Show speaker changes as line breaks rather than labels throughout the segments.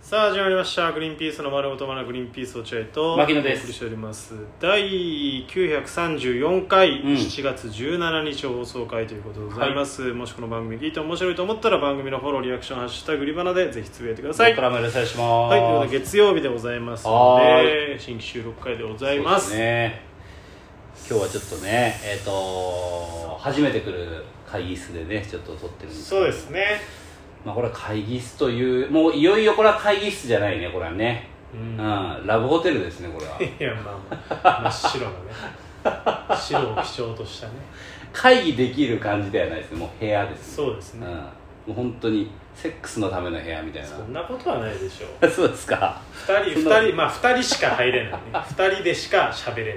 さあ始まりました「グリーンピースの丸ごとまなグリーンピース落合」と
牧野です
お送りしております第934回、
うん
7月17日放送回ということでございます、もしこの番組聞いて面白いと思ったら番組のフォローリアクション「ハッシュタググリバナ」でぜひつぶやいてください
こ
はい
れからもよろしくお願いし
と
ます。
いうことで月曜日でございますの
は
で新規収録回でございます
そうですね。今日はちょっとね、えっ、と初めて来る会議室でね、ちょっと撮ってるんですけど
そうです。ね
まあこれは会議室という、もういよいよこれは会議室じゃないね、これはね。
う
うんん、 ラブホテルですね、これは。
いやまあまあ真っ白なね白を基調としたね
会議できる感じではないですね、もう部屋です、
そうです
うん、
ね、
もう本当にセックスのための部屋みたいな。
そんなことはないでしょう
そうですか。
2人
そんな
二人まあ2人しか入れないね2人でしか喋れない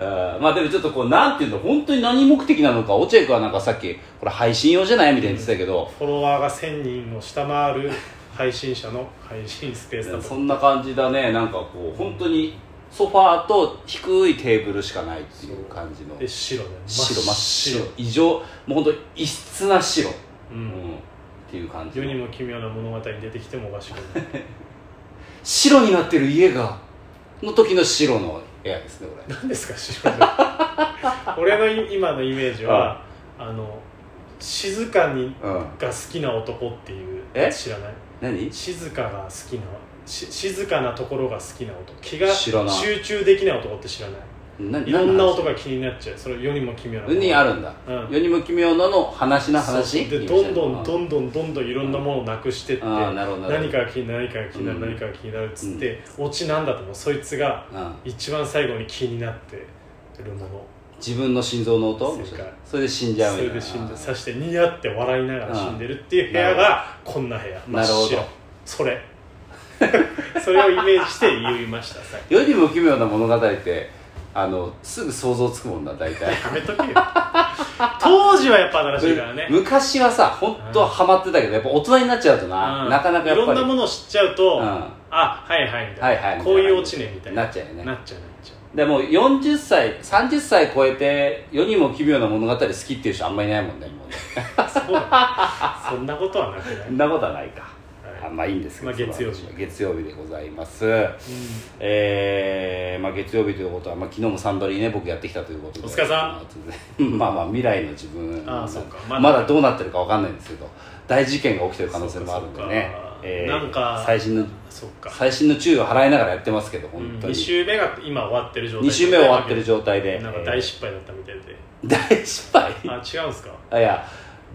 うんまあでもちょっとこうなんていうの本当に何目的なのか落合君はなんかさっきこれ配信用じゃないみたいに言ってたけど、
フォロワーが1000人を下回る配信者の配信スペースだ
そ
と
んな感じだねなんかこう本当にソファーと低いテーブルしかないっていう感じの
で白だよ
白真っ白異常もう本当に異質な白、
う
うん
ん
っていう感じ
世
の
にも奇妙な物語に出てきてもおかしくない
白になってる家がの時の白の部屋です ねこれ
何ですか白で俺のい今のイメージはあの静かに
うん
が好きな男っていう
え
知らない
何
静かが好きなし静かなところが好きな男気が
知らない
集中できない男って知らない
何
いろんな音
が
が気になっちゃうそれ世にも奇妙な
にあるんだ、
うん
世にも奇妙なの話な話
そうでどんどん
ん
どんどんどんどんいろんなものをなくしてって
ああなるほどなるほ
何
ど
かが気になる何かが気になる
うん
何かが気になるっつってオチなんだと思うそいつが
うん
一番最後に気になってるもの
自分の心臓の音
正解
それで死んじゃう
そ
みたい
れ
な
で死んでさしてニヤって笑いながら死んでるっていう部屋がこんな部屋真
な
っ
るほど
白それそれをイメージして言いましたさっ
世にも奇妙な物語ってあのすぐ想像つくもんだ大体
きやめとけよ当時はやっぱ新しいからね
昔はさ本当はハマってたけどやっぱ大人になっちゃうとな、
うん
なかなかやっぱ
いろん
り
なものを知っちゃうと、
うん
あはいはいみたいな、
はいはい
こういうオチねみたいな
なっちゃうよね
なっちゃうなっちゃ
でも40歳30歳超えて世にも奇妙な物語好きっていう人あんまりいないもんねもうね
うそうだそんなことはなくない、
そんなことはないか、
はい
あまあいいんですけど、
まあ月曜日
その話は月曜日でございます
うん
えーまあ、月曜日ということは、まあ、昨日もサンドリーね僕やってきたということで
お疲れさ
ん まあまあ未来の自分
あーそうかま
ま
だ
だどうなってるかわかんないんですけど大事件が起きてる可能性もあるんでね
そうかそうか
えー
なんか
最新の
そっか、
最新の注意を払いながらやってますけど
う
本
ん、
当に、
2週目が今終わってる状態
二週目終わってる状態で
なんか大失敗だったみたいで、
大失敗
あ違うんすか
あいや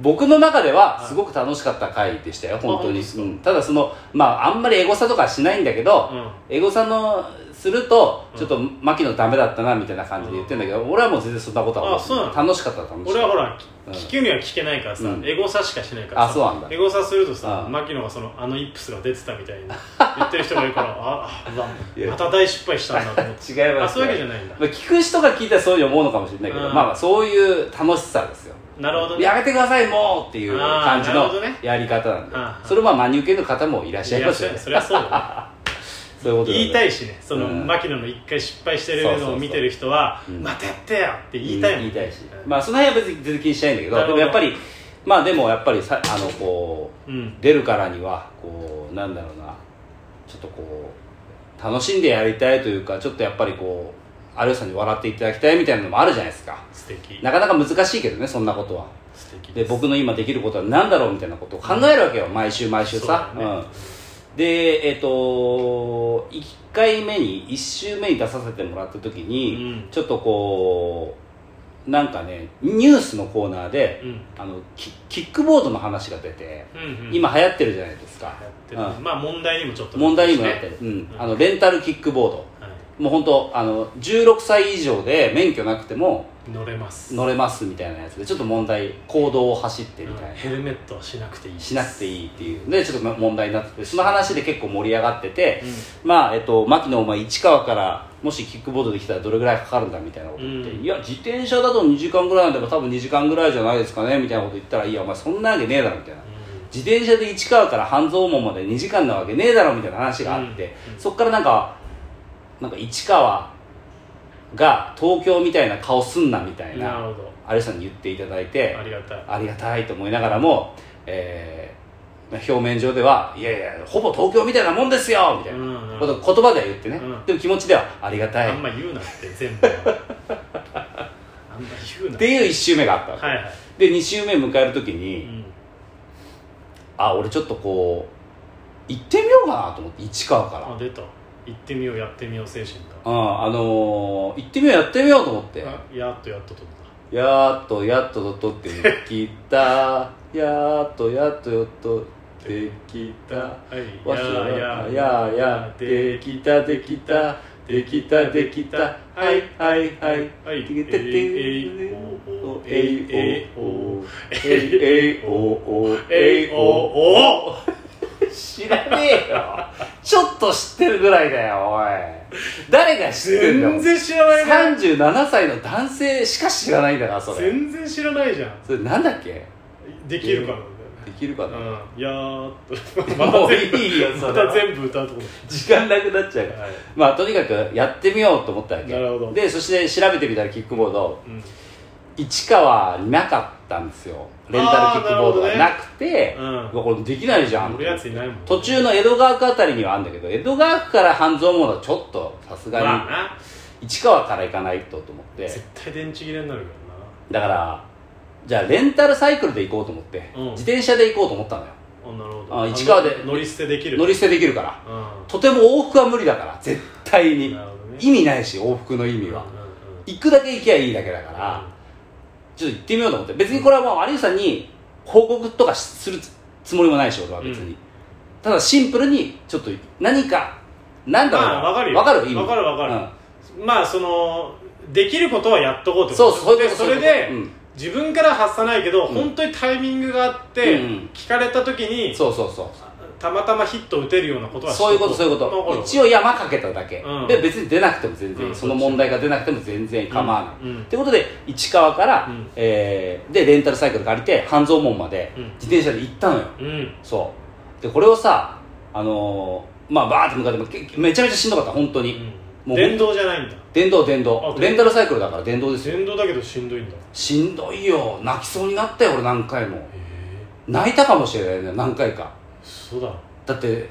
僕の中ではすごく楽しかった回でしたよ本当に、
あ本当ですか
うんただそのまああんまりエゴサとかはしないんだけど、
うん
エゴサのすると
うん
ちょっと牧野ダメだったなみたいな感じで言ってんだけど、俺はもう全然そんなことは
あそうなの
楽しかったら楽しかっ
俺
た
はほら、
うん
聞くには聞けないからさ、
うん
エゴサしかしないからさ
あそうなんだ
エゴサするとさ、
うん
牧野がそのあのイップスが出てたみたいに言ってる人がいるからああうわまた大失敗したんだと思 って
違います
あそういうわけじゃないんだ
まあ聞く人が聞いたらそういう思うのかもしれないけど、
うん
まあまあそういう楽しさですよ
なるほどね
やめてくださいもうっていう感じ
あーな
の
るほどね
やり方なんで、
あー
それをまあ真に受ける方もいらっしゃいますよ
いや
ね
そりゃそうだ、
そういうこ
ね、
となんで
言いたいしねその、
うん
牧野の一回失敗してるのを見てる人は「
そうそうそう
またやってよ」って言いたいもん、
言いたいし、
うん
まあその辺は別に全然気にしないんだけど
なる
で
ほど
もやっぱりまあでもやっぱりさあのこう
うん
出るからにはこうなんだろうなちょっとこう楽しんでやりたいというかちょっとやっぱりこう有吉さんに笑っていただきたいみたいなのもあるじゃないですか
素敵
なかなか難しいけどねそんなことは
素敵
で僕の今できることは何だろうみたいなことを考えるわけよ毎週毎週さ
そうだよね
うん、でえっ、と1回目に1週目に出させてもらった時に、
うん
ちょっとこうなんかねニュースのコーナーで、
うん
あのキキックボードの話が出て、
うんうん
今流行ってるじゃないですか
やってるね、まあ問題にもちょっ
う
と
ん、問題にもなってる、
ね
うん
うん
あのレンタルキックボード
はい
もう本当あの16歳以上で免許なくても
乗れます
乗れますみたいなやつでちょっと問題行動を走ってみたいな、
うんヘルメットはしなくていいです
しなくていいっていうでちょっとま問題になっててその話で結構盛り上がってて、
う
まあえっと牧野お前市川からもしキックボードできたらどれぐらいかかるんだみたいなこと言って、
うん
いや自転車だと2時間ぐらいなんだから多分2時間ぐらいじゃないですかねみたいなこと言ったらいやお前そんなわけねえだろみたいな、
ん
自転車で市川から半蔵門まで2時間なわけねえだろみたいな話があって、
うんうん
そっからなんかなんか市川が東京みたいな顔すんなみたい
な
な
るほ
有吉さんに言っていただいて
どありがたい
ありがたいと思いながらも、え表面上ではいやいやほぼ東京みたいなもんですよみたい
うんう
なんこと言葉では言ってね、
うん
でも気持ちではありがたい
あん
っ
ま言うなって全 部あんま言うな
ていう1周目があったわけ、
はいはい、
で2周目迎える時
う
に、
ん、
あ俺ちょっとこう行ってみようかなと思って市川から、
あ出た行ってみようやってみよう精神だ
うんあのー行ってみようやってみようと思って、
やっとやっととった
やーっとやっとととってきたやーっとやっとよっとってきた
はい
わしはやーやーやーできたできたできたできたはいはいはい
はい
てけてって
えいおおえい
えいおおえいえいおお
え
え
い
い
お
お
お
知らねえよちょっと知ってるぐらいだよおい誰が知ってんだよ
全然知らないな
37歳の男性しか知らないんだからそれ
全然知らないじゃん
それなんだっけ
できるかな
できるかな
うん、やーっとま
も
た
う
全部
いいよそ
ま
れは
た全部歌うとこ
時間なくなっちゃうから
はい
まあとにかくやってみようと思ったわけ
なるほど
でそして調べてみたらキックボード
うん
市川になかったんですよレンタルキックボ
あ
ード
ー
が
なる
なくて
うん
うわこれできないじゃん
乗るやついないもん
途中の江戸川区あたりにはあるんだけど江戸川区から半蔵門はちょっとさす
まあ
が
な
に市川から行かないとと思って
絶対電池切れになるからな
だからじゃあレンタルサイクルで行こうと思って、
うん
自転車で行こうと思ったのよ
あなるほど
あ市川で
あの乗り捨てできる
乗り捨てできるから
うん
とても往復は無理だから絶対に
なるほどね
意味ないし往復の意味は、
うんうんうん
行くだけ行きゃいいだけだから、ちょっと行ってみようと思って別にこれはもう有吉さんに報告とかするつもりもないし俺は別に、
うん
ただシンプルにちょっと何かなんだろうな、
まあわかるよ
わかる意味
わかるわかるまあそのできることはやっとこうって
そう
こと
そういう
で
こと
そう
いう
れ
こと
で、
うん
自分から発さないけど、
うん
本当にタイミングがあって、
うんうん
聞かれた時に
そうそうそう
たまたまヒット打てるようなことは
そういうことそういうこ
わかる
と
わ
一応山かけただけ、
うん
で別に出なくても全然、
うん
その問題が出なくても全然構わない、
うんうん
ってことで市川から、
うん
えーでレンタルサイクル借りて半蔵門まで
うん
自転車で行ったのよ、
うん
そうでこれをさあのーまあバーって向かってもけめちゃめちゃしんどかった本当に、
うん
もう
電動じゃないんだ
電動電
あ
動
電
レンタルサイクルだから電動ですよ
電動だけどしんどいんだ
しんどいよ泣きそうになったよ俺何回も
へえ
泣いたかもしれないね何回か
そうだ
だって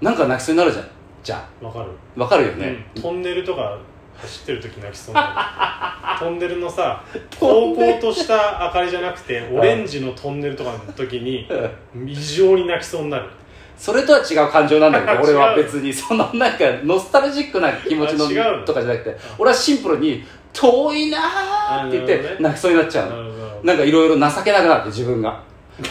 なんか泣きそうになるじゃんじゃ
わかる、
あわかるよね、
うん、トンネルとか走ってる時泣きそうにな るトンネルのさ
ト
高
ンネル
々とした明かりじゃなくてオレンジのトンネルとかの時に 異常に泣きそうになる
それとは違う感情なんだ け
違う
ど俺は別にそのなんかノスタルジックな気持ち
あ違うの
のとかじゃなくて俺はシンプルに「遠いな」っ
あなる
て言っ
ほどね
て泣きそうになっちゃう
な
の
るほど
なんかいろいろ情けなくなって自分が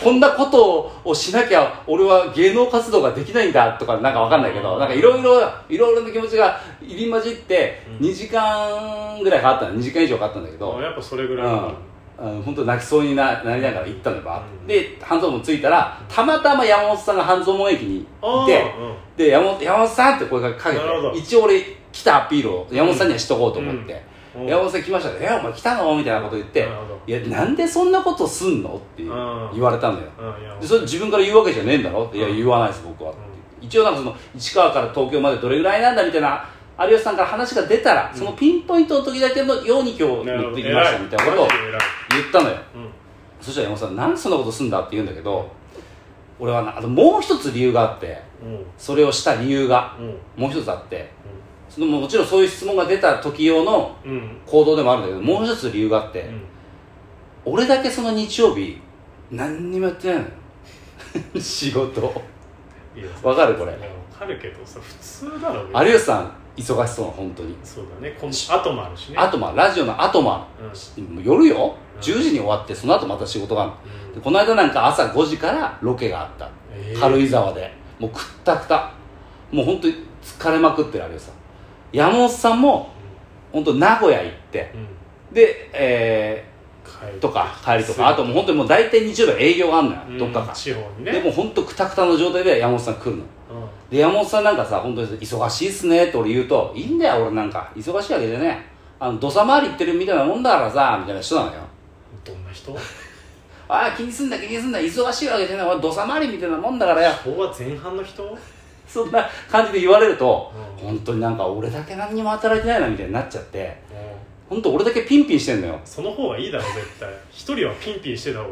こんなことをしなきゃ俺は芸能活動ができないんだとかなんかわかんないけどなんかいろいろいろいろな気持ちが入り混じって
うん
2時間ぐらいかかったの2時間以上かかったんだけど、
あやっぱそれぐ
うん
らいなんだ、
あの本当泣きそうにななりながら行ったのよバーって
うん
で半蔵門着いたらたまたま山本さんが半蔵門駅にい
ああ
て
うん
で山本山本さんって声がかけて
なるほど
一応俺来たアピールを山本さんにはしとこうと思って、
うん
山本さん来ましたね「えお前来たの?」みたいなこと言って
なるほど
「いやなんでそんなことすんの?」って言
うん
われたのよ
うんいや
でそれ自分から言うわけじゃねえんだろって「いや
うん
言わないです僕は」って一応なんかその市川から東京までどれぐらいなんだみたいな有吉さんから話が出たらそのピンポイントの時だけのように今日
なる
持
ほ
っ
ど
てきましたみたいなことを
偉いマジで偉い
言ったのよ
うん
そしたら山本さん「なんでそんなことすんだ?」って言うんだけど俺はなあともう一つ理由があって
うん
それをした理由が
うん
もう一つあってそのもちろんそういう質問が出た時用の
うんうん
行動でもあるんだけどもう一つ理由があって、
うん
俺だけその日曜日何にもやってないの よ仕事
いや
わかるこれ
いやわかるけどさ普通だろ別に
有吉さん忙しそうな本当に
そうだねこの後もあるしね
あとまあラジオの後もあ
うん
るもう夜よ
うん
10時に終わってその後また仕事がある
うん
でこの間なんか朝5時からロケがあった
えー
軽井沢でもうくったくたもう本当に疲れまくってる有吉さん山本さんも本当名古屋行って
うんうん
でえ
帰
ー
る
とか帰りとかあともう本当にもう大体日曜日は営業があるのよ、
うん
どっかか
地方にね
でもうほんとくたくたの状態で山本さん来
う
るの
ん
で山本さんなんかさ本当に忙しいっすねって俺言うといいんだよ俺なんか忙しいわけじゃねえあの土佐回り行ってるみたいなもんだからさみたいな人なのよ
どんな人
ああ気にすんな気にすんな忙しいわけじゃない俺土佐回りみたいなもんだからよ
昭和前半の人
そんな感じで言われると、
うん
本当になんか俺だけ何にも働いてないなみたいになっちゃって
うん
本当俺だけピンピンしてんのよ
その方がいいだろ絶対一人はピンピンしてた方が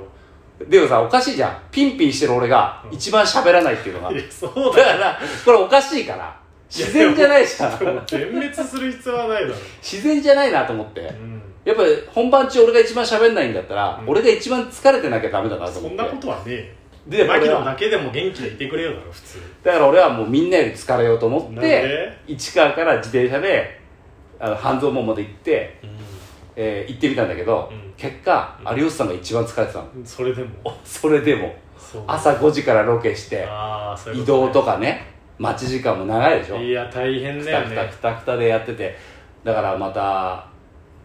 でもさおかしいじゃんピンピンしてる俺が一番喋らないっていうのが、
い
だ
やそうだよ
からこれおかしいから自然じゃないじゃ
でも
ん
全滅する必要はないだろ
自然じゃないなと思って、
う、うん、
やっぱり本番中俺が一番喋んないんだったら、
うん
俺が一番疲れてなきゃダメだなと
そ
思っ
ん
て
なことはねえよ
で
マキ
俺
ノ
は
だけでも元気でいてくれよだろ普通
だから俺はもうみんなより疲れようと思
な
っ
んで
て市川から自転車であの半蔵門まで行って、えー行ってみたんだけど、
うん
結果
うん
有吉さんが一番疲れてたの、
うんそれでも
それでも
そう
朝5時からロケして
ああそういうこ
移
と
動とかね待ち時間も長いでしょ
いや大変
く
だ
た
よ
くた
ね
くたくたでやっててだからまた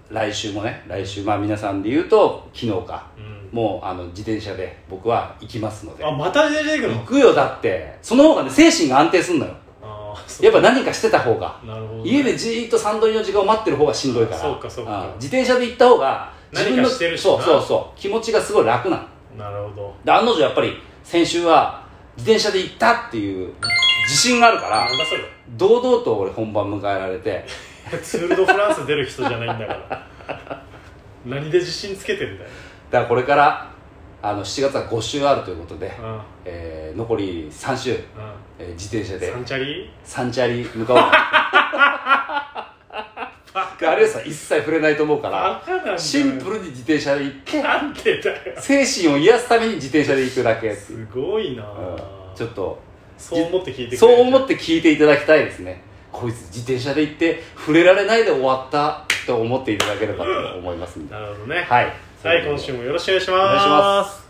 来週もね来週まあ皆さんで言うと昨日か
うん
もうあの自転車で僕は行きますので
あまた出てく
行
の
くよだってその方がね精神が安定すんのよ
ああそう
やっぱ何かしてた方が
なるほどね
家でじーっとサンドリの時間を待ってる方がしんどいから
そうかそうか
ん自転車で行った方が
何かしてるしな
そうそうそう気持ちがすごい楽なの
なるほど
で案の定やっぱり先週は自転車で行ったっていう自信があるから
なんだそれ
堂々と俺本番迎えられて
ツール・ド・フランス出る人じゃないんだから何で自信つけてんだよ
だからこれからあの7月は5週あるということで、
うん
えー残り3週、
う
えー自転車
ん
で
サンチャリ
サンチャリ向かおうかなで有吉さん一切触れないと思うから
バカなんだよ
シンプルに自転車で行って
なんでだ よ
精神を癒すために自転車で行くだけ、うん、
すごいな
ちょっと
そう思って聞いて
そう思
って
って聞いていただきたいですねこいつ自転車で行って触れられないで終わったと思っていただければと思いますんで
なるほどね
はい
はい今週もよろしくお願いします
お願いします